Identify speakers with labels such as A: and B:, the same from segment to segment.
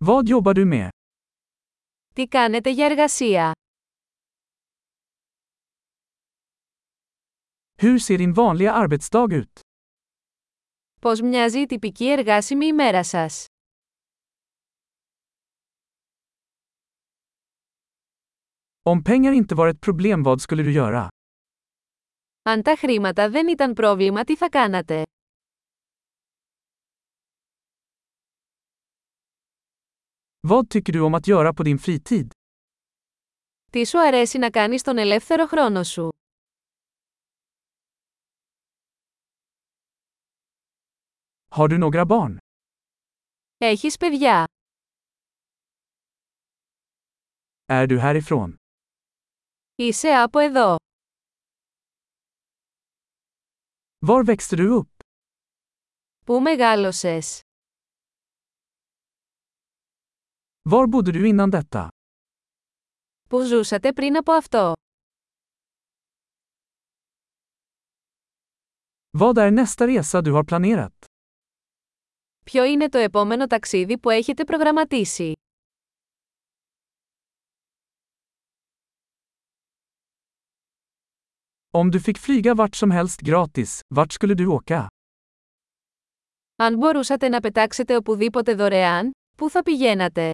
A: Vad jobbar du med?
B: Τι κάνετε για εργασία?
A: Hur ser din vanliga arbetsdag ut?
B: Πώς μοιάζει η τυπική εργάσιμη ημέρα σας?
A: Om pengar inte var ett problem vad skulle du göra?
B: Αν τα χρήματα δεν ήταν πρόβλημα, τι θα κάνατε?
A: Vad tycker du om att göra på din fritid?
B: Τι σου αρέσει να κάνεις τον ελεύθερο χρόνο σου?
A: Har du några barn?
B: Έχεις παιδιά.
A: Är du härifrån?
B: Είσαι από εδώ.
A: Var växte du upp?
B: Πού μεγάλωσες?
A: Var bodde du innan detta?
B: Πού ζούσατε πριν από αυτό?
A: Vad är nästa resa du har planerat?
B: Ποιο είναι το επόμενο ταξίδι που έχετε προγραμματίσει?
A: Om du fick flyga vart som helst gratis, vart skulle du åka?
B: Αν μπορούσατε να πετάξετε οπουδήποτε δωρεάν, πού θα πηγαίνατε?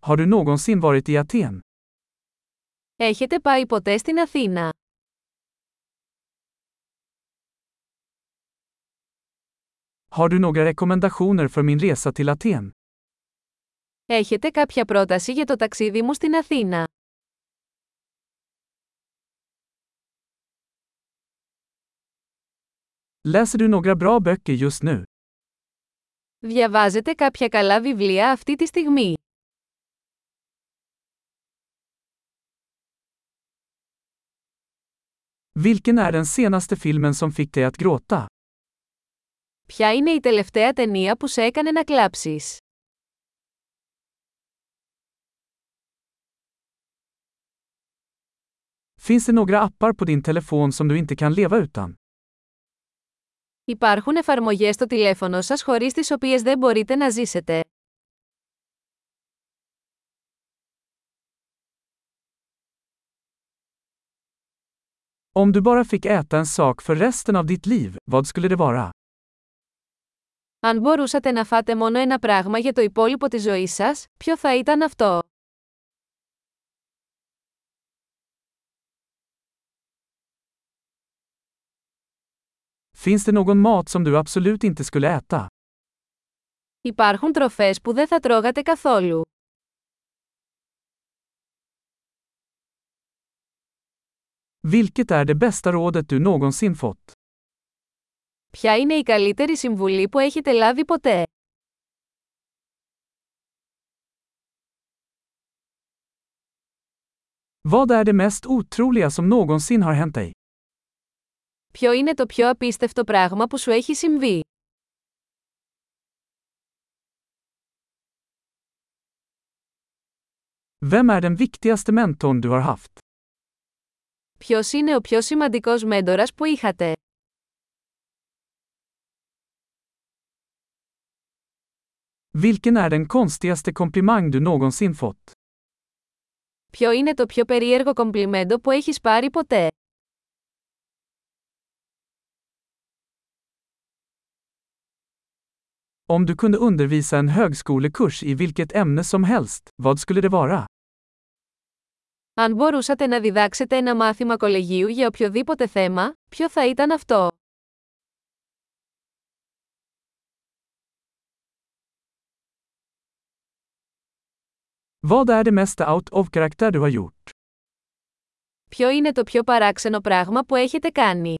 A: Har du någonsin varit i Aten?
B: Έχετε πάει ποτέ στην Αθήνα?
A: Har du några rekommendationer för min resa till Aten?
B: Έχετε κάποια πρόταση για το ταξίδι μου στην Αθήνα?
A: Läser du några bra böcker just nu?
B: Διαβάζετε κάποια καλά βιβλία αυτή τη στιγμή.
A: Vilken är den senaste filmen som fick dig att gråta?
B: Ποια είναι η τελευταία ταινία που σε έκανε να κλάψεις?
A: Finns det några appar på din telefon som du inte kan leva utan?
B: Υπάρχουν εφαρμογές στο τηλέφωνο σας χωρίς τις οποίες δεν μπορείτε να ζήσετε.
A: Om du bara fick äta en sak för resten av ditt liv, vad skulle det vara?
B: Αν μπορούσατε να φάτε μόνο ένα πράγμα για το υπόλοιπο της ζωής σας, ποιο θα ήταν αυτό?
A: Finns det någon mat som du absolut inte skulle äta?
B: Υπάρχουν τροφές που δεν θα τρώγατε καθόλου.
A: Vilket är det bästa rådet du någonsin fått?
B: Ποια είναι η καλύτερη συμβουλή που έχετε λάβει ποτέ?
A: Vad är det mest otroliga som någonsin har hänt dig?
B: Ποιο είναι το πιο απίστευτο πράγμα που σου έχει συμβεί?
A: Vem är den viktigaste mentorn du har haft?
B: Ποιος είναι ο πιο σημαντικός μέντορας που είχατε?
A: Vilken är den konstigaste komplimang du någonsin fått?
B: Ποιο είναι το πιο περίεργο κομπλιμέντο που έχεις πάρει ποτέ?
A: Om du kunde undervisa en högskolekurs i vilket ämne som helst, vad skulle det vara?
B: Αν μπορούσατε να διδάξετε ένα μάθημα κολεγίου για οποιοδήποτε θέμα, ποιο θα ήταν αυτό?
A: Vad är det mesta out of karaktär du har gjort?
B: Ποιο είναι το πιο παράξενο πράγμα που έχετε κάνει?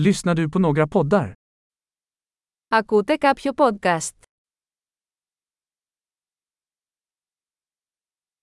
A: Lyssnar du på några poddar?
B: Ακούτε κάποιο podcast.